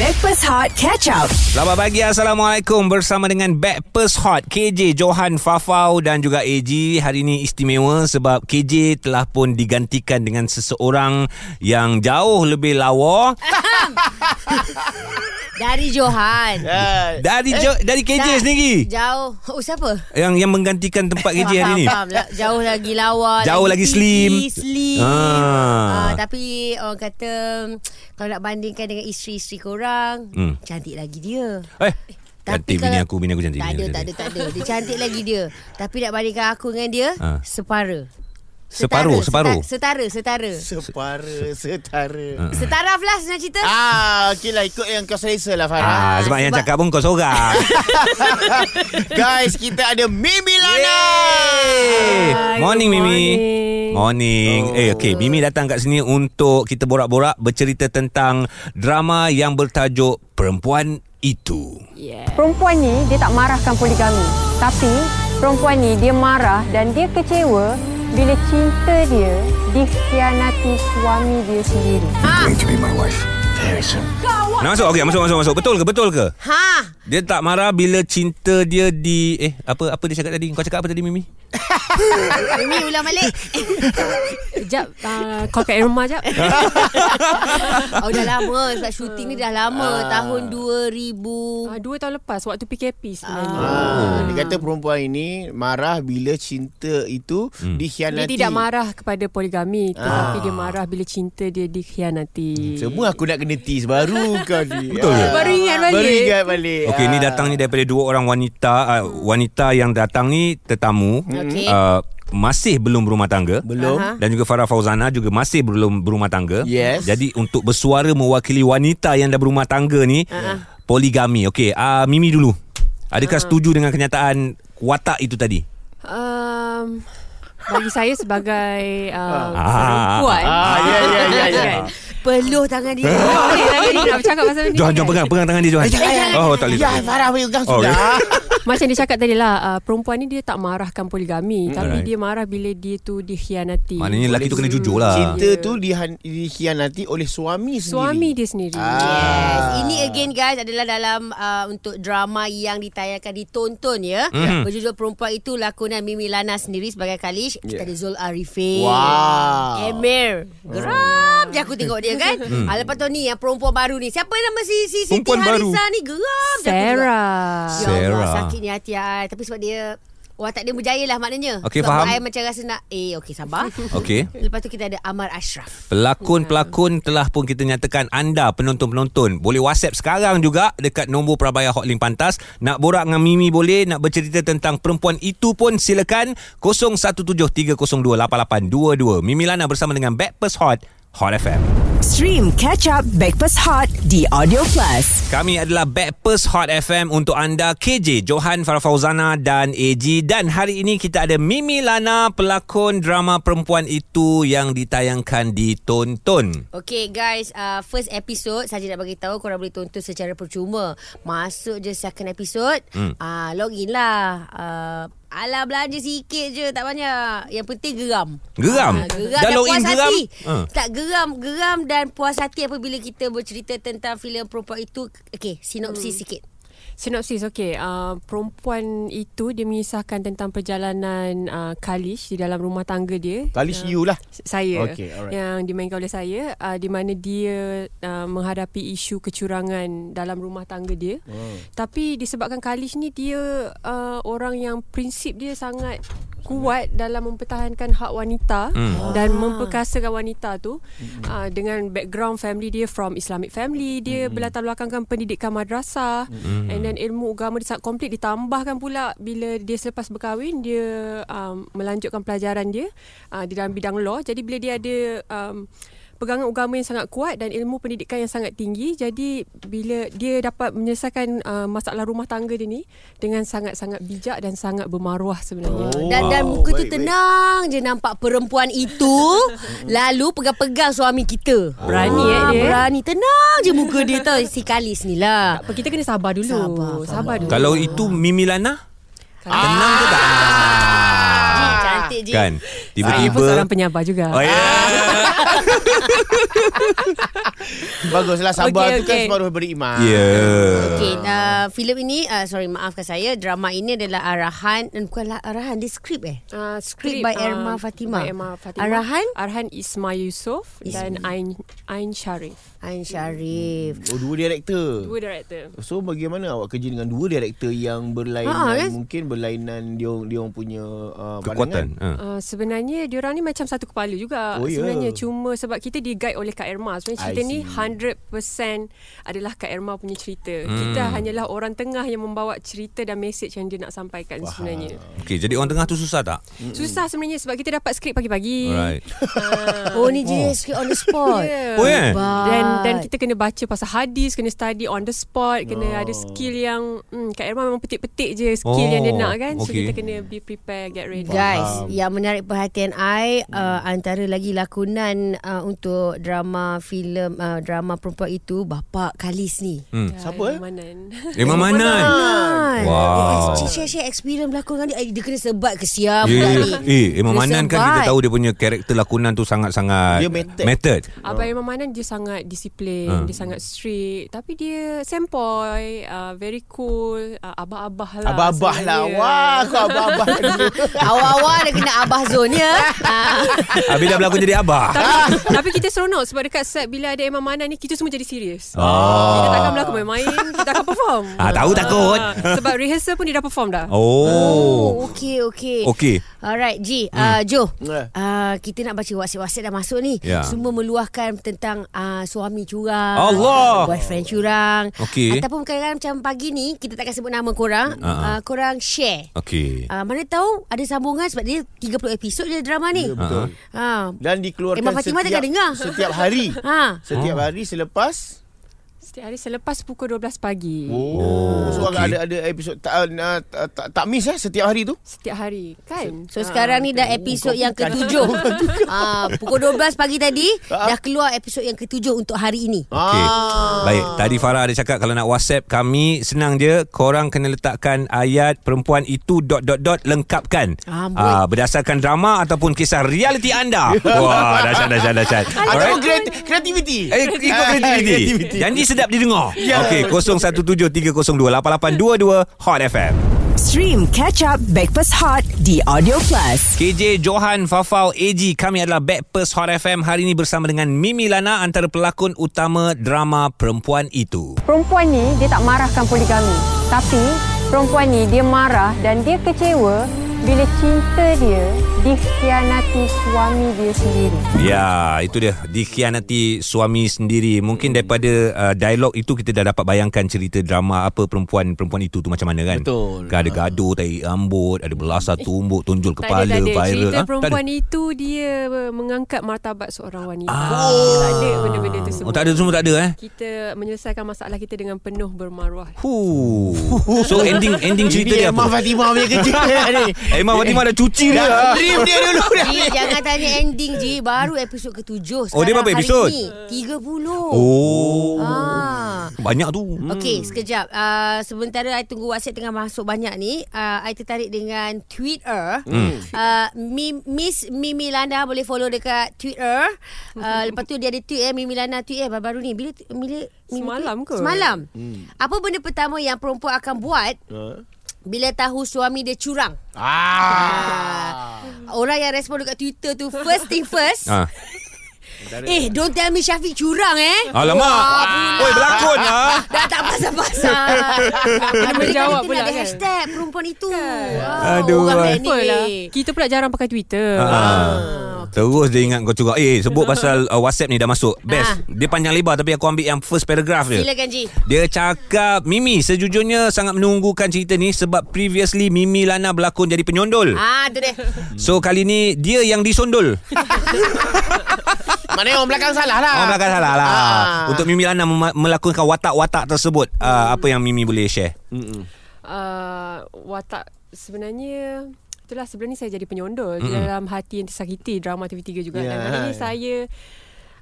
Backpass Hot Catch Up. Selamat pagi Assalamualaikum Bersama dengan Backpers Hot KJ Johan Fafau Dan juga AG Hari ini istimewa Sebab KJ telah pun digantikan Dengan seseorang Yang jauh lebih lawa Dari Johan. Dari jo- dari KJ Eh, Dah. sendiri Jauh. Oh, siapa? Yang yang menggantikan tempat KJ hari ini Faham, faham. La- Jauh lagi lawa. Jauh lagi slim. tinggi, Slim. Ah. Ah. tapi orang kata mm, kalau nak bandingkan dengan isteri-isteri korang, Hmm. cantik lagi dia. Eh Tapi Cantik bini kalau- aku Bini aku cantik tak bini ada, aku tak ada, cantik. tak ada. Dia cantik lagi dia. Tapi nak bandingkan aku dengan dia, Ah. separa. Separuh Separuh Setara, setara. setara. Separa Ha. Setara Setaraf lah senang cerita. Ah, okey lah ikut yang kau selesa lah Farah Ah, sebab, yang sebab- cakap pun kau seorang Guys, kita ada Mimi Lana Yeay. Morning good Mimi. morning. Morning. Oh. Oh. Eh okey, Mimi datang kat sini untuk kita borak-borak bercerita tentang drama yang bertajuk Perempuan Itu. Perempuan ni dia tak marahkan poligami. Tapi perempuan ni dia marah dan dia kecewa bila cinta dia dikhianati suami dia sendiri. Nak masuk? Okey, masuk masuk masuk. Betul ke? Betul ke? Ha. Dia tak marah bila cinta dia di eh apa apa dia cakap tadi? Kau cakap apa tadi Mimi? Ini ulang balik. Sekejap uh, Call kat rumah sekejap Oh dah lama sebab syuting ni dah lama tahun 2000. uh, Dua tahun lepas Waktu PKP sebenarnya Oh. Ah, Dia kata perempuan ini marah bila cinta itu Dia Hmm. dikhianati tidak marah kepada poligami Tapi dia marah bila cinta dia dikhianati Semua aku nak kena tease baru kau ni Betul ke? Baru ingat balik. Baru ingat balik Okey, ni datang ni daripada dua orang wanita uh, wanita yang datang ni tetamu. Okey. Uh, masih belum berumah tangga. Belum Aha. Dan juga Farah Fauzana juga masih belum berumah tangga. Yes. Jadi untuk bersuara mewakili wanita yang dah berumah tangga ni uh-huh. poligami. Okey, uh, Mimi dulu. Adakah uh-huh. setuju dengan kenyataan watak itu tadi? um, Bagi saya sebagai uh, Ah. Perempuan Ah, ya, ya, ya, ya. Kan? Peluh tangan dia. Tak boleh lah jadi nak bercakap pasal ni Johan, kan? Johan pegang, pegang tangan Ah. Eh, dia Johan. Oh, tak boleh. tak Ya, boleh. Farah pegang Oh, sudah Macam dia cakap tadi lah uh, Perempuan ni dia tak marahkan poligami Tapi Alright. dia marah bila dia tu dikhianati Hmm. Maknanya lelaki tu kena jujur lah. Cinta tu dihan- dikhianati oleh suami sendiri Ah. Suami dia sendiri Ah. Yes. Ini again guys adalah dalam uh, untuk drama yang ditayangkan ditonton ya. Mhm. Berjudul Perempuan Itu lakonan Mimi Lana sendiri sebagai Kalish. Kita ada Zul Arifin. Wow. Emir. Geram je aku tengok dia kan. Ah, lepas tu ni yang perempuan baru ni. Siapa nama si si Siti Hmm. Perempuan baru. Harisa ni? Geram je aku tengok. Sarah Ya Allah Sarah. sakitnya hati I Tapi sebab dia Watak dia berjaya lah maknanya Okey, Sebab faham. I macam rasa nak Eh okey sabar Okey. Lepas tu kita ada Amar Ashraf Pelakon-pelakon telah pun kita nyatakan anda penonton-penonton boleh WhatsApp sekarang juga dekat nombor Prabaya Hotlink Pantas. Nak borak dengan Mimi boleh, nak bercerita tentang perempuan itu pun silakan 0173028822. Mimi Lana bersama dengan Backpast Hot Hot FM. Stream Catch Up Backpass Hot di Audio Plus. Kami adalah Backpast Hot FM untuk anda KJ Johan Farah Fauzana dan AG dan hari ini kita ada Mimi Lana pelakon drama perempuan itu yang ditayangkan di Tonton. Okay guys uh, First episode Saja nak bagi tahu Korang boleh tonton secara percuma Masuk je second episode hmm. uh, Login lah uh, Alah belanja sikit je Tak banyak Yang penting geram Geram? Ah, Geram Dah dan login puas geram? hati Ah. Tak geram Geram dan puas hati Apabila kita bercerita Tentang filem perempuan itu Okay sinopsis hmm. sikit Sinopsis okey. Uh, perempuan itu dia mengisahkan tentang perjalanan uh, Kalish di dalam rumah tangga dia. Kali Ah, you lah s- saya Okey, alright. yang dimainkan oleh saya uh, di mana dia uh, menghadapi isu kecurangan dalam rumah tangga dia. Oh. Tapi disebabkan Kalish ni dia uh, orang yang prinsip dia sangat kuat dalam mempertahankan hak wanita hmm. dan memperkasakan wanita tu hmm. uh, dengan background family dia from Islamic family dia hmm. berlatar belakangkan pendidikan madrasah Mm-hmm. hmm. and then ilmu agama dia sangat komplit ditambahkan pula bila dia selepas berkahwin dia um, melanjutkan pelajaran dia uh, di dalam bidang law jadi bila dia ada um, pegangan agama yang sangat kuat dan ilmu pendidikan yang sangat tinggi jadi bila dia dapat menyelesaikan uh, masalah rumah tangga dia ni dengan sangat-sangat bijak dan sangat bermaruah sebenarnya oh. Dan dan Wow. muka tu Baik, tenang je nampak perempuan itu lalu pegang-pegang suami kita. Ah, Berani, eh, dia. Berani tenang je muka dia tau si Kalis ni lah. kita kena sabar dulu Sabar, sabar dulu Kalau Ah. itu Mimi Lana Tenang ke tak? Ji, Ah. cantik je. Kan Saya pun Tiba-tiba ya. seorang penyabar juga Ah. Oh ya yeah. Baguslah sabar Okey, okay, tu kan okey. separuh beriman. Ya. Yeah. Okay, uh, filem ini uh, sorry maafkan saya drama ini adalah arahan dan bukan lah, arahan dia skrip eh. Uh, Script by Erma Fatimah. by Erma Fatimah. Arahan? Arahan Ismail Yusof dan Ain Ain Sharif. Ain Syarif. Oh, dua director. Dua director. So bagaimana awak kerja dengan dua director yang berlainan Ha, kan? mungkin berlainan dia dia orang punya uh, Kekuatan. Ha. Uh, sebenarnya diorang ni macam satu kepala juga Oh, ya. sebenarnya cuma sebab kita di guide oleh Kak Erma sebenarnya I cerita ni see. 100% adalah Kak Erma punya cerita hmm. kita hanyalah orang tengah yang membawa cerita dan mesej yang dia nak sampaikan Faham. sebenarnya Okay, jadi orang tengah tu susah tak? susah sebenarnya sebab kita dapat skrip pagi-pagi Alright. Hmm. Oh ni dia skrip on the spot. Yeah. Oh, eh? Hebat. Dan dan kita kena baca pasal hadis, kena study on the spot, Oh. kena ada skill yang hmm, Kak Irma memang petik-petik je skill Oh, yang dia nak kan. So okay. kita kena be prepared, get ready. Guys, yang menarik perhatian I uh, antara lagi lakonan uh, untuk drama filem uh, drama perempuan itu Bapak Kalis ni. Dan Hmm. Siapa, eh? Manan. Memang Manan. Kan? Wow. Eh, Share share experience berlakon dengan dia. Eh, Dia kena sebat ke siam pula Yeah. ni. Eh, Imam Kena Manan kan sebat. kita tahu dia punya karakter lakonan tu sangat-sangat Dia method. method. Abang Irma Manan dia sangat disiplin, Ah. Hmm. dia sangat strict. Tapi dia sempoi, uh, very cool, uh, abah-abah lah. Abah-abah Ya. lah. sebenarnya. Wah, aku abah-abah. Awal-awal dia kena abah zone ya. Ah. Habis dah berlakon jadi abah. Tapi, tapi kita seronok sebab dekat set bila ada Irma Manan ni kita semua jadi serius. Oh. Kita takkan berlakon main-main, kita akan perform. Ah, tahu takut. Ah, sebab rehearsal pun dia dah perform dah. Oh. Oh, okey okey. Okey. Alright, Ji. Hmm. Uh, Jo. Eh. Uh, kita nak baca whatsapp-whatsapp dah masuk ni. Ya. Semua meluahkan tentang uh, suami curang. uh, Allah. Boyfriend curang. Okey. Ataupun kadang-kadang macam pagi ni, kita takkan sebut nama korang. Ah, ah. Uh, korang share. Okey. Uh, mana tahu ada sambungan sebab dia 30 episod dia drama ni. Ya, betul. Ha. Dan dikeluarkan Emma Fatimah setiap, tengah dengar. setiap hari. Ha. Setiap hari selepas Setiap hari selepas pukul 12 pagi. Oh, so okey. ada ada episod tak uh, tak, tak, tak miss eh setiap hari tu. Setiap hari kan Ah, So sekarang ni dah episod yang ketujuh. Ah, pukul 12 pagi tadi Ah. dah keluar episod yang ketujuh untuk hari ini. Okey. Baik, tadi Farah ada cakap kalau nak WhatsApp kami senang je, korang kena letakkan ayat perempuan itu dot dot dot lengkapkan. Amboi. Ah, berdasarkan drama ataupun kisah realiti anda. Wah, dahsyat dahsyat dahsyat. Atau kreat- kreativiti. Eh, ikut kreativiti. Janji sedap didengar. Ya. Okey, 0173028822 Hot FM. Stream Catch Up Backpass Hot The Audio Plus. KJ Johan Fafau AG kami adalah Backpers Hot FM hari ini bersama dengan Mimi Lana antara pelakon utama drama Perempuan Itu. Perempuan ni dia tak marahkan poligami. Tapi perempuan ni dia marah dan dia kecewa bila cinta dia dikhianati suami dia sendiri. Ya, itu dia dikhianati suami sendiri. Hmm. Mungkin daripada uh, dialog itu kita dah dapat bayangkan cerita drama apa perempuan perempuan itu tu macam mana kan? Betul. Kan Ada gaduh, tahi rambut, ada belasah tumbuk, tunjul Eh, tak kepala, ada, tak ada. viral. Cerita Ah, tak perempuan ada? itu dia mengangkat martabat seorang wanita. Ah. Tak ada benda-benda tu semua. Oh, tak ada semua tak ada eh? Kita menyelesaikan masalah kita dengan penuh bermaruah. Huh. So ending ending cerita dia Ini Emma apa? Fatimah punya kerja ni. Emma Fatimah dah cuci dia. Dah dream dia dulu dah. Ji, jangan tanya ending Ji Baru episod ketujuh Oh, dia Sekarang berapa hari episod? ni, 30 Oh. Ah. Banyak tu. Okey, sekejap. Uh, sementara I tunggu WhatsApp tengah masuk banyak ni, uh, I tertarik dengan Twitter. Hmm. Uh, Mi- Miss Mimi Lana boleh follow dekat Twitter. Uh, lepas tu dia ada tweet eh Mimi Lana tweet eh baru-baru ni. Bila tu- bila Mimi Semalam tweet? ke? Semalam. Hmm. Apa benda pertama yang perempuan akan buat bila tahu suami dia curang? Ah. Orang yang respon dekat Twitter tu First thing first Ah. Eh don't tell me Syafiq curang eh Alamak. Wah, pula. Oi, berlakon lah. Dah tak pasal-pasal Kena menjawab Kita pula, nak ada kan? hashtag Perempuan itu Ah, wow, Aduh, Orang lain Apa lah? ni Kita pula jarang pakai Twitter. Ah. Terus dia ingat kau curang Eh sebut pasal uh, WhatsApp ni dah masuk Best Ah. Dia panjang lebar Tapi aku ambil yang first paragraph dia Silakan Ji Dia cakap Mimi sejujurnya sangat menunggukan cerita ni Sebab previously Mimi Lana berlakon jadi penyondol Ah, tu dia So kali ni dia yang disondol Mana orang belakang salah lah. Orang belakang salah lah Ah. Untuk Mimi Lana mema- melakonkan watak-watak tersebut uh, Apa yang Mimi boleh share uh, watak sebenarnya itulah sebelum ni saya jadi penyondol mm-hmm. dalam hati yang tersakiti drama TV3 juga yeah. dan Ya. hari ni saya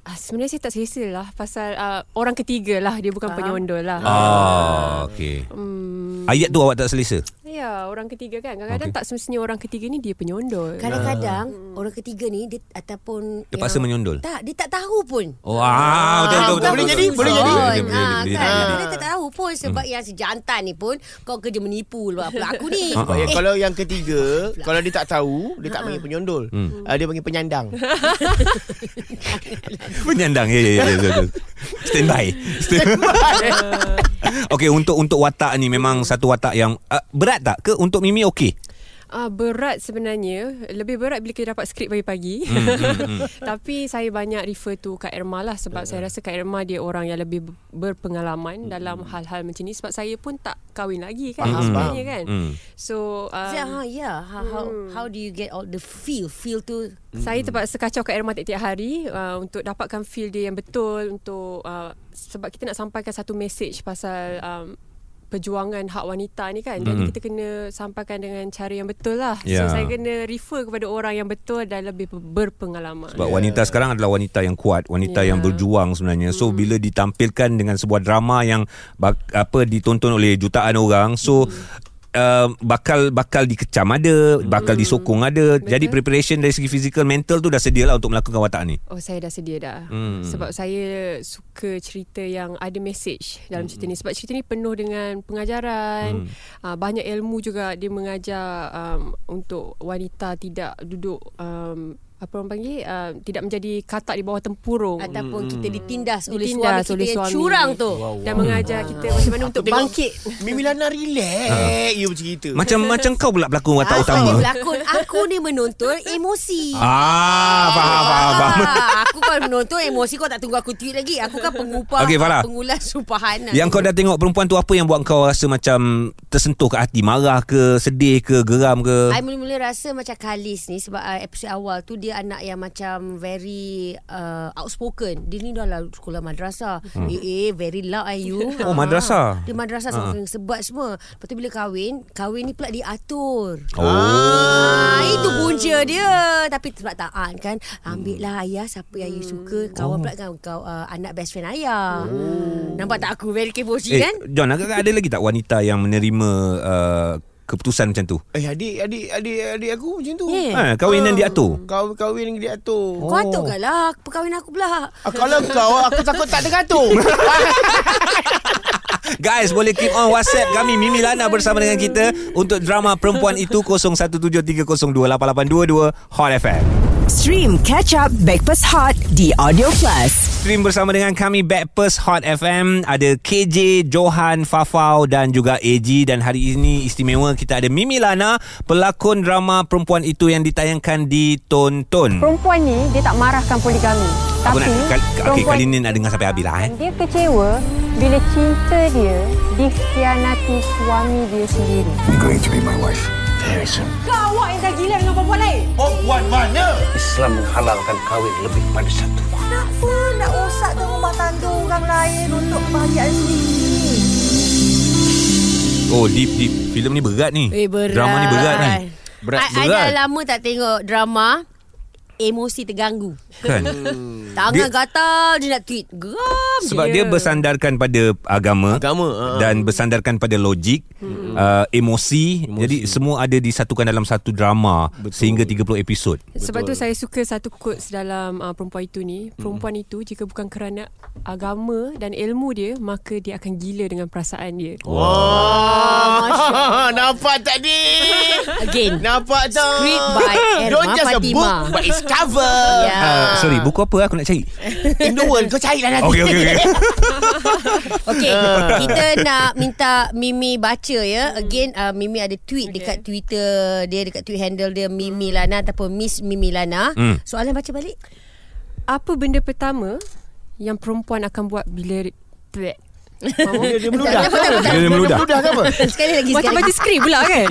ah, sebenarnya saya tak selesa lah pasal uh, orang ketiga lah dia bukan penyondol lah. Ah, okay. Hmm, Ah, Ayat tu awak tak selesa ya ya orang ketiga kan. Kadang-kadang Okey. okay. tak semestinya orang ketiga ni dia penyondol. Kadang-kadang orang ketiga ni dia ataupun Terpaksa yang- menyondol? Tak, dia tak tahu pun. Wah, betul betul, betul Boleh betul. jadi, boleh jadi. Betul, betul, Ha, betul, kan? betul, Dia tak tahu pun sebab Hmm. yang si jantan ni pun kau kerja menipu lah pula aku ni. Ah, Sebab yang Eh, kalau yang ketiga Kalau dia tak tahu Dia tak Ah. panggil penyondol hmm. uh, Dia panggil penyandang betul. Penyandang. Ya ya ya, ya betul, betul. Stand by. Stand Okey, untuk untuk watak ni memang satu watak yang uh, berat tak ke untuk Mimi okey? Ah berat sebenarnya. Lebih berat bila kita dapat skrip pagi-pagi. Hmm, Tapi saya banyak refer tu Kak Irma lah sebab Hmm. saya rasa Kak Irma dia orang yang lebih ber- berpengalaman dalam hal-hal macam ni sebab saya pun tak kahwin lagi kan Hmm. Faham, sebenarnya faham. kan. Hmm. So um, hmm. Zah, ha, yeah. How, how, how do you get all the feel? Feel tu Saya terpaksa kacau kat Irma tiap-tiap hari uh, untuk dapatkan feel dia yang betul untuk uh, sebab kita nak sampaikan satu message pasal um, perjuangan hak wanita ni kan. Jadi Mm-mm. kita kena sampaikan dengan cara yang betul lah. Mm-hmm. Ya. So saya kena refer kepada orang yang betul dan lebih ber- berpengalaman. Sebab yeah. wanita sekarang adalah wanita yang kuat, wanita yeah. yang Yeah. berjuang sebenarnya. So bila ditampilkan dengan sebuah drama yang bak, apa ditonton oleh jutaan orang, so Uh, bakal bakal dikecam ada bakal disokong ada Hmm. Betul. jadi preparation dari segi fizikal mental tu dah sedia lah untuk melakukan watak ni Oh saya dah sedia dah hmm. Sebab saya suka cerita yang ada message dalam cerita ni Sebab cerita ni penuh dengan pengajaran hmm. uh, Banyak ilmu juga dia mengajar um, untuk wanita tidak duduk um, Apa orang panggil uh, Tidak menjadi katak di bawah Oh, tempurung ataupun hmm. kita ditindas, oleh suami Ditindas kita oleh yang suami. curang tu. Dan mengajar kita macam mana untuk bangkit Mimi Lana Ah. relax You bercerita macam macam Ah, kau pula pelakon watak Aku ni utama berlakon, aku ni menonton emosi. ah faham faham faham Ah, aku kan menonton emosi kau tak tunggu aku tweet lagi. Aku kan pengupah Okey, Farah. pengulas sumpahan. yang kau dah tengok perempuan tu apa yang buat kau rasa macam tersentuh ke hati marah ke sedih ke geram ke I mula-mula rasa macam Khalis ni sebab uh, episod awal tu dia anak yang macam very uh, outspoken. Dia ni dah lah sekolah madrasah. Hmm. Eh, eh, very loud are you. Oh, Ah. madrasah. Ha. Dia madrasah sama kena sebat semua. Lepas tu bila kahwin, kahwin ni pula diatur. oh Ah, itu punca dia. Tapi sebab taat kan. Ambil lah ayah siapa yang you suka. Kawan Oh. pula kan kau, uh, anak best friend ayah. Oh. Nampak tak aku very kebo eh kan? John agak ada lagi tak wanita yang menerima uh, keputusan macam tu Eh adik Adik adik adik aku macam tu Yeah. Ha, kawinan diatur. Kau kahwin dia atur Oh. Kau atur kan lah perkahwin aku pula. Ah, Kalau kau Aku takut tak tergatur Guys, boleh keep on WhatsApp kami Mimi Lana bersama dengan kita untuk drama perempuan itu 0173028822 Hot FM. Stream Catch Up Backpass Hot di Audio Plus. Stream bersama dengan kami Backpast Hot FM ada KJ, Johan, Fafau dan juga AG dan hari ini istimewa kita ada Mimi Lana pelakon drama perempuan itu yang ditayangkan di Tonton. Perempuan ni dia tak marahkan poligami. Aku Tapi nak kali, okay, perempuan kali ni nak dengar sampai habis lah eh. Dia kecewa bila cinta dia dikhianati suami dia sendiri. going to be my wife very soon. Kau awak yang dah gila dengan perempuan lain. Perempuan mana Islam menghalalkan kahwin lebih pada satu. Kenapa nak rosakkan rumah tangga orang lain untuk kebahagiaan sendiri? Oh, deep deep. Filem ni berat ni. Eh berat Drama ni berat ni. Berat, I, berat. I dah lama tak tengok drama Emosi terganggu Kan? Tangan Dia- dia, gatal je nak tweet Geram Sebab je dia bersandarkan pada agama, Agama, ah. dan bersandarkan pada logik, uh, emosi. Jadi semua ada disatukan dalam satu drama sehingga 30 episod. Sebab tu saya suka satu quotes dalam uh, perempuan itu ni. Perempuan itu jika bukan kerana agama dan ilmu dia, maka dia akan gila dengan perasaan dia. Oh. Wah, nampak tak di? Again Nampak tak? Script by Erma Don't just a Fatimah. book, but it's cover. Ya. Uh, sorry, buku apa aku nak cari? In the world, kau carilah nanti. Okey okey okey. Okay Ah. Kita nak minta Mimi baca ya Again uh, Mimi ada tweet okay. Dekat Twitter Dia dekat tweet handle dia Mimi Lana Ataupun Miss Mimi Lana Hmm. Soalan baca balik Apa benda pertama yang perempuan akan buat bila... Bleh. Dia, dia meludah. Tak, tak, tak, tak, tak. Dia meludah. Meludah ke apa? Sekali lagi Macam sekali baca skrip pula kan?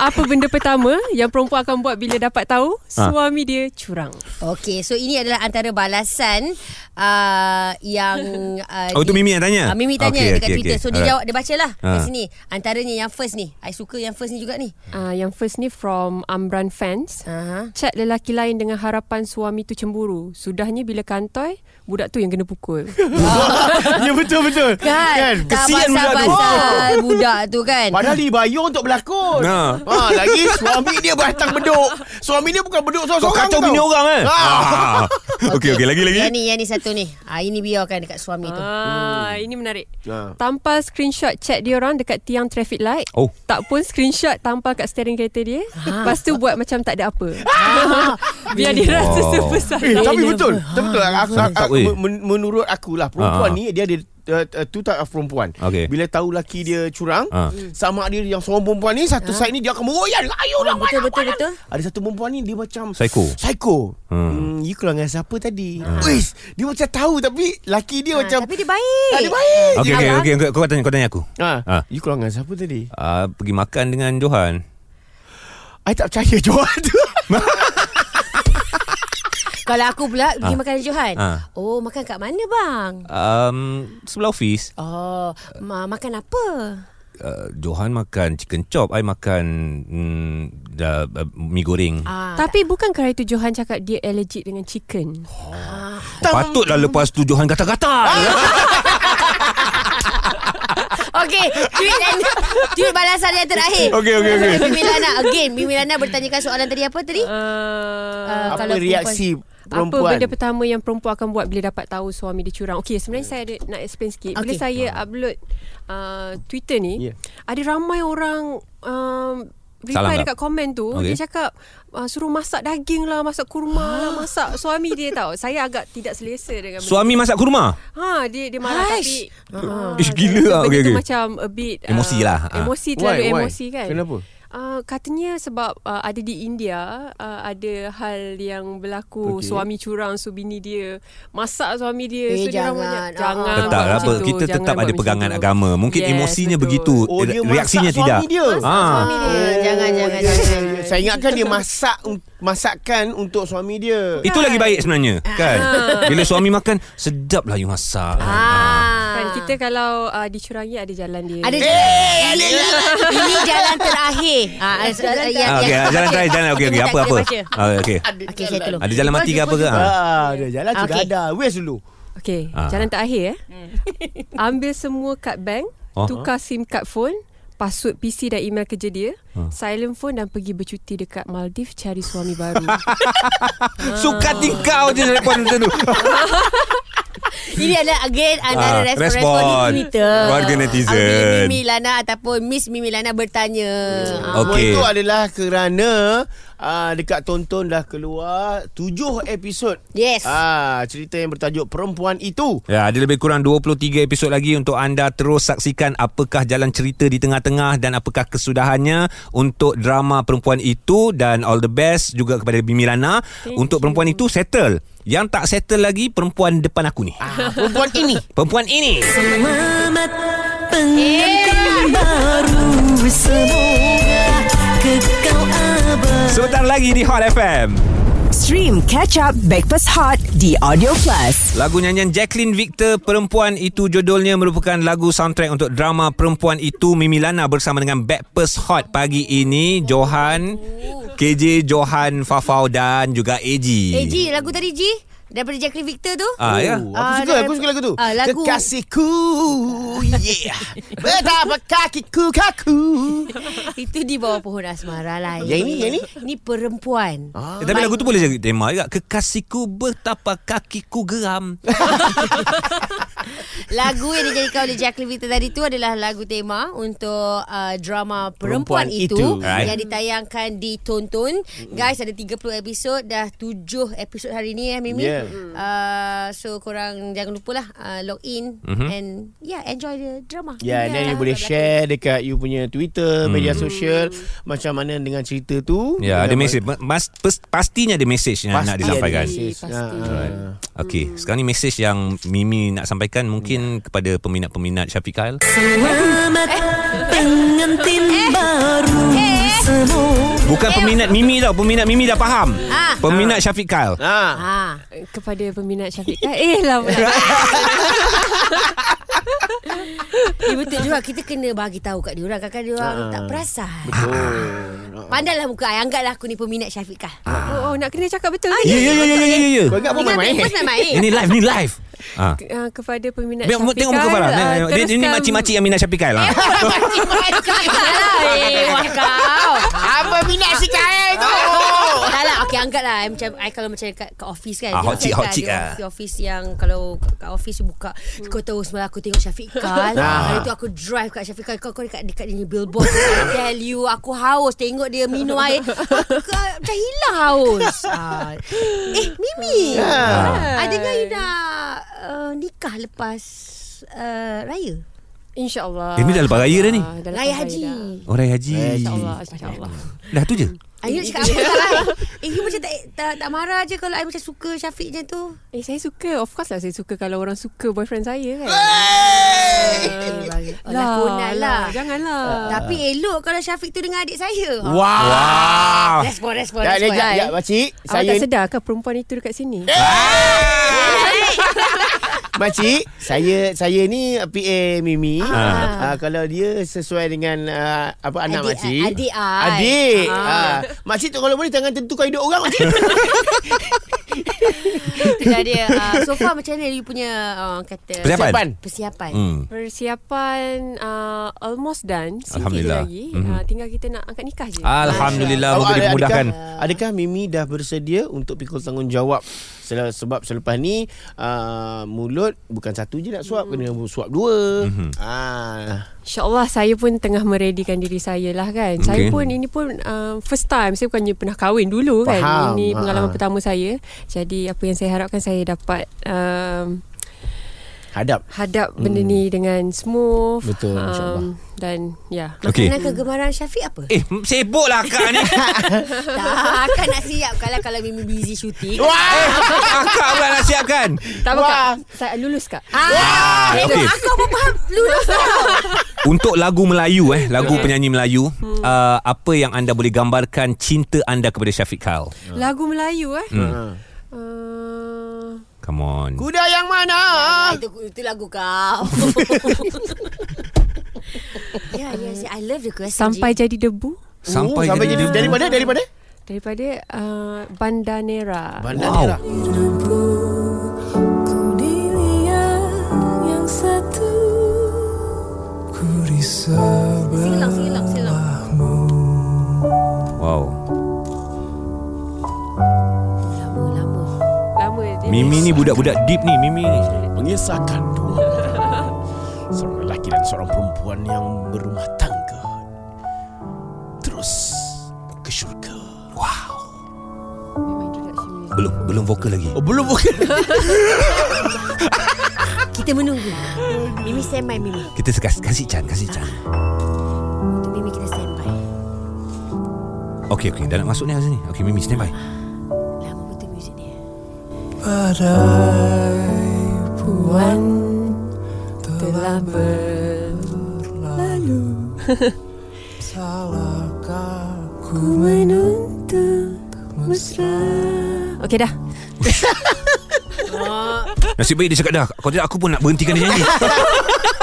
Apa benda pertama yang perempuan akan buat bila dapat tahu suami dia curang? Okey, so ini adalah antara balasan uh, yang uh, Oh, tu Mimi yang tanya? Uh, Mimi tanya Okey, okay, dekat okey, okay, Twitter. okey. So dia Alright. jawab, dia bacalah Ha. kat sini. Antaranya yang first ni. I suka yang first ni juga ni. Uh, yang first ni from Amran fans. Aha. Chat lelaki lain dengan harapan suami tu cemburu. Sudahnya bila kantoi, budak tu yang kena pukul. ya betul betul. Kan? Tak Kesian budak tu. pasal-pasal budak tu kan. Padahal dibayar untuk berlakon. Ha. Ha, lagi suami dia batang beduk. Suami dia bukan beduk seorang-seorang. Kau kacau tau. bini orang eh Ha. ah. Okey okey lagi lagi Yang ni, yang ni satu ni. Ah, ini biarkan dekat suami tu. Ah, ini menarik. Ha. Tampal screenshot chat dia orang dekat tiang traffic light. Oh. Tak pun screenshot tampal kat steering kereta dia. Lepas tu buat macam tak ada apa. Biar dia rasa Wow. super salah. Eh, tapi betul. Tapi betul. Aku, aku, Tak aku, boleh. men- menurut akulah perempuan Ha, ha. ni dia ada Uh, uh, two type of perempuan Okey. Bila tahu laki dia curang Ha. Sama ada yang seorang perempuan ni Ah. Satu side ni dia akan meroyan Ayo lah Betul, mana, betul, mana. betul. Ada satu perempuan ni dia macam Psycho. Psycho Hmm. Ah. hmm. You kurang dengan siapa tadi Wis Dia macam tahu Tapi laki dia Ah, macam tapi dia baik. Ah, dia baik Okey okey okey kau, kau tanya kau tanya aku. ha. Ha. You kurang dengan siapa tadi Ah, pergi makan dengan Johan. I tak percaya Johan tu Kalau aku pula pergi makan dengan Johan. Ah. Oh, makan kat mana bang? Um, sebelah office Oh, ma- makan apa? uh, Johan makan chicken chop I makan mm, dah, uh, Mi goreng Ah, Tapi bukan kerana itu Johan cakap dia allergic dengan chicken. oh, Patutlah lepas tu Johan Ah. kata-kata Okay Tweet and Tweet balasan yang terakhir Okey, okey, okey. Mimi Lana again Mimi Lana bertanyakan soalan tadi apa tadi? Uh, Ah, Apa reaksi Perempuan. Apa perempuan benda pertama yang perempuan akan buat bila dapat tahu suami dia curang? Okey, sebenarnya saya ada nak explain sikit. Bila Okey. saya upload uh, Twitter ni, yeah. Yeah. ada ramai orang um, Salam reply tak? dekat komen tu. Okay. Okey. Dia cakap uh, suruh masak daging lah, masak kurma lah, masak suami dia tahu. Saya agak tidak selesa dengan benda. Suami masak kurma Ha, dia dia marah Haish. Haish. tapi uh, Ish, gila lah. Benda Okey, okay, tu okey. macam a bit uh, Emosi lah. Ah. Emosi Why, terlalu why? emosi kan. Kenapa? Uh, katanya sebab uh, ada di India uh, ada hal yang berlaku okay. Okey. suami curang so bini dia masak suami dia Eh, so dia orang jangan. banyak Ah. jangan Tetap Memang buat macam lah apa tu, Kita jangan tetap buat ada macam pegangan tu. agama Mungkin Yes, emosinya betul. begitu Oh dia Eh, Reaksinya masak tidak suami dia Oh. Ah. Suami dia Jangan jangan jangan Saya ingatkan dia masak Masakkan untuk suami dia Itu lagi baik sebenarnya Ah. Kan Bila suami makan Sedap lah you masak Ah. Kan kita kalau uh, dicurangi ada jalan dia. Eh, ada jalan. Ini jalan terakhir. Ah, jalan Ah, okey, jalan terakhir jalan okey okey apa apa. Ah, okey. Okey, saya tolong. Ada jalan mati ke apa ke? Ah. Ah, dia jalan Ah, sudah okey. ada. Wes dulu. Okey, Ah. jalan terakhir eh. Hmm. Ambil semua kad bank, Oh. tukar SIM kad phone, password PC dan email kerja dia, Ah. silent phone dan pergi bercuti dekat Maldives cari suami baru. Suka tingkau je telefon macam tu. Hmm. Ini adalah again antara Ah, respon, respon. respon di Twitter. Warga netizen. Ah, Mimi Lana ataupun Miss Mimi Lana bertanya. Ah, Semua Okey. itu adalah kerana ah, dekat Tonton dah keluar 7 episod. Yes. Ah, cerita yang bertajuk Perempuan Itu. Ya, ada lebih kurang 23 episod lagi untuk anda terus saksikan apakah jalan cerita di tengah-tengah dan apakah kesudahannya untuk drama perempuan itu dan all the best juga kepada Bimi Lana untuk perempuan itu settle. Yang tak settle lagi perempuan depan aku ni. Ah, perempuan ini. Perempuan ini. Selamat pengantin baru Semoga kekal abadi Sebentar lagi di Hot FM. Stream Catch Up Backpass Hot di Audio Plus. Lagu nyanyian Jacqueline Victor Perempuan Itu judulnya merupakan lagu soundtrack untuk drama Perempuan Itu Mimi Lana bersama dengan Backpast Hot pagi ini Johan KJ Johan Fafau dan juga AG Eh Ji, lagu tadi Ji daripada Jacqueline Victor tu. Ah ya. Oh, Ah, aku suka, dah- aku suka lagu tu. Ah, lagu- Kekasihku, yeah. Betapa kakiku kaku. Itu di bawah pohon asmara lah. Yang ini, yang ini? Ni perempuan. Eh, Ah. tapi lagu tu boleh jadi tema juga Kekasihku betapa kakiku geram Lagu yang dijadikan oleh Jacqueline Victor tadi tu adalah lagu tema untuk uh, drama Perempuan, Perempuan Itu, Itu. Alright. yang ditayangkan di Tonton. Guys, ada 30 episod. Dah 7 episod hari ni eh, Mimi. Yeah. Uh, so, korang jangan lupalah uh, log in mm-hmm. and yeah, enjoy the drama. Ya, Mhm. yeah, and then you boleh share dekat you punya Twitter, media sosial macam mana dengan cerita tu. Hmm. Ya ada Dengan- mesej mas, pes- Pastinya ada mesej yang Pasti nak disampaikan ada mesej. Pasti. Ah, ah. Okey, sekarang ni mesej yang Mimi nak sampaikan Ya. mungkin kepada peminat-peminat Syafiq Kyle. Selamat pengantin baru Eh, semua Bukan Eh, peminat Mimi tau Peminat Mimi dah faham Ah. Peminat Syafiq Kyle Ha. Ha. eh, Kepada peminat Syafiq Kyle Eh lah pula. Eh, betul juga kita kena bagi tahu kat diorang kadang-kadang diorang Ah. tak perasan. Pandailah muka ai anggaplah aku ni peminat Syafiq Kah. Oh, oh, nak kena cakap betul Ah. Ya ya ya ya ya ya, ya Kau ingat pun main-main Kau main-main. Ini live ni live Eh. Ah. Ke- uh, kepada peminat Biar Syafiq tengok muka Kyle, Farah ah, Nah, dia- Dia ni teruskan- makcik-makcik yang minat Syafiq Kyle ah. Eh, wah kau. Apa minat si kain tu Tak lah Okay anggap lah I macam, I kalau macam kat, kat office kan Ah, dia hot macam chick, hot kat- chick dia ah. office, office yang Kalau kat, kat office dia buka Kau tahu semalam aku tengok Syafiq Khan Hari tu aku drive kat Syafiq Khan Kau kau dekat, dekat dia ni billboard I tell you Aku haus Tengok dia minum air Aku ke- macam hilang haus ah. Eh Mimi ah. I dengar you dah uh, Nikah lepas uh, Raya InsyaAllah Eh, ni dah lepas raya dah ni. Ah, dah lepas Raya Haji dah. Orang haji InsyaAllah Ah. InsyaAllah Dah tu je Ayu nak Ah, cakap apa tak Eh you macam tak, tak, tak marah je Kalau I macam suka Syafiq macam tu Eh saya suka Of course lah saya suka Kalau orang suka boyfriend saya kan Eh, bagi- oh, Lakonan lah Janganlah Tapi elok kalau Syafiq tu dengan adik saya. Oh, Wow Respon, respon, Dah ni respon. jap jap makcik Awak Saya tak sedar eh? ke perempuan itu dekat sini? Makcik, saya saya ni PA Mimi. Ah. Ah, kalau dia sesuai dengan ah, apa anak Adik- makcik. adik I. Adik. Ah. Ah. Makcik tu kalau boleh jangan tentukan hidup orang makcik. Itulah dia. Uh, so far macam mana you punya ah, orang kata Persiapan? Persiapan. Persiapan. Hmm. Persiapan uh, almost done. Sikit Alhamdulillah. je lagi. Mhm. Ah. Mm-hmm. Uh, tinggal kita nak angkat nikah je. Alhamdulillah Moga Awak Oh, ada- dimudahkan Adakah, adakah Mimi dah bersedia untuk pikul tanggungjawab Sel- sebab selepas ni uh, mulut bukan satu je nak suap kena suap dua. Mhm. Ah. InsyaAllah saya pun tengah meredikan diri saya lah kan. Okay. Saya Okay. pun ini pun uh, first time. Saya bukannya pernah kahwin dulu kan. Faham. Ini pengalaman Ha. pertama saya. Jadi apa yang saya harapkan saya dapat um, Hadap. hadap benda ni dengan smooth. Um, Betul, insyaAllah. Dan ya. Yeah. Okey Makanan kegemaran Syafiq apa? Eh sibuk lah akak ni tak, kan nak siap kalau kalau Mimi busy shooting. Eh, Akak pula nak siapkan Tak apa kak. Saya lulus kak. Ya. Ah, okey. Aku pun faham lulus tau. Untuk lagu Melayu eh Lagu penyanyi Melayu Hmm. uh, Apa yang anda boleh gambarkan Cinta anda kepada Syafiq Kyle Lagu Melayu eh. Hmm. Ah. Uh, Come on Kuda yang mana? Ah, itu, itu lagu kau. Ya, ya, ya. I love the question. sampai jadi debu. Sampai, Oh, sampai jadi, jadi, dari mana? Daripada? Daripada uh, Bandanera. Bandar Wow Merah. Ku dilihat yang satu Silang, silang, silang. Wow Lama, lama. Lama dia. Mimi ni budak-budak deep ni Mimi ni mengisahkan dua orang. seorang lelaki dan seorang perempuan yang berumah tangga terus ke syurga. Memang introduction music. Belum belum vokal lagi Oh belum bukan. Kita menunggu. Mimi stand by, Mimi. Kita sekas, kasih can Kasih can Untuk Mimi kita stand by. Okey okey Dah nak masuk ni Hazani Okey Mimi standby Lama betul muzik ni. Puan telah berlalu Salahkah ku menuntut mesra Okey dah Nasib baik dia cakap dah Kalau tidak aku pun nak berhentikan dia nyanyi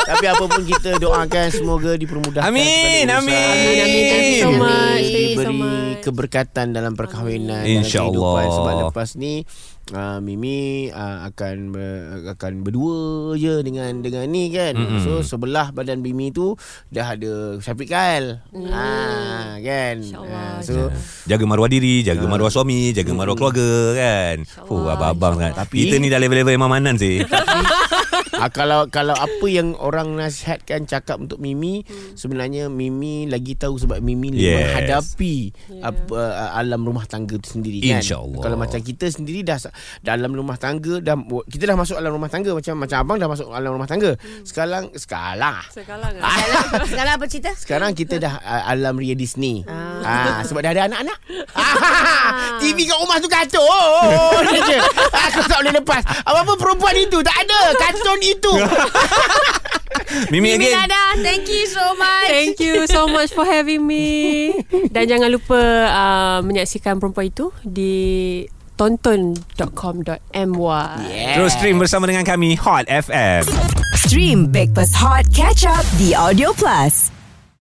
Tapi apa pun kita doakan semoga dipermudahkan. Amin, segala urusan. amin. Amin, amin. Thank you so Amin. much. Thank you so Diberi much. keberkatan dalam perkahwinan dalam InsyaAllah. kehidupan. sebab lepas ni Uh, Mimi uh, akan ber, akan berdua je dengan dengan ni kan. Mm-hmm. So sebelah badan Mimi tu dah ada Syafiq Kyle. Mm. Ah kan. InsyaAllah, Ah, so Jaga maruah diri Jaga Ya. maruah suami Jaga maruah keluarga kan Oh abang-abang kan Tapi- Kita ni dah level-level Imam Manan sih ah, kalau kalau apa yang orang nasihatkan cakap untuk Mimi hmm. sebenarnya Mimi lagi tahu sebab Mimi yes. Yes. menghadapi yeah. apa, uh, alam rumah tangga tu sendiri kan. InsyaAllah. Kalau macam kita sendiri dah sa- dalam rumah tangga dah kita dah masuk alam rumah tangga macam macam abang dah masuk alam rumah tangga. Hmm. Sekarang sekarang Sekarang Sekarang, sekarang apa cerita? sekarang kita dah uh, alam Ria Disney. Ah. sebab dah ada anak-anak. Ah. TV kat rumah tu Oh, kartun je. Aku tak boleh lepas. Apa-apa perempuan itu tak ada. Kartun itu. Mimi Mimi again dah ada Thank you so much. Thank you so much for having me. Dan jangan lupa uh, menyaksikan perempuan itu di tonton.com.my. Yeah. Terus stream bersama dengan kami Hot FM. Stream Breakfast Hot Catch Up The Audio Plus.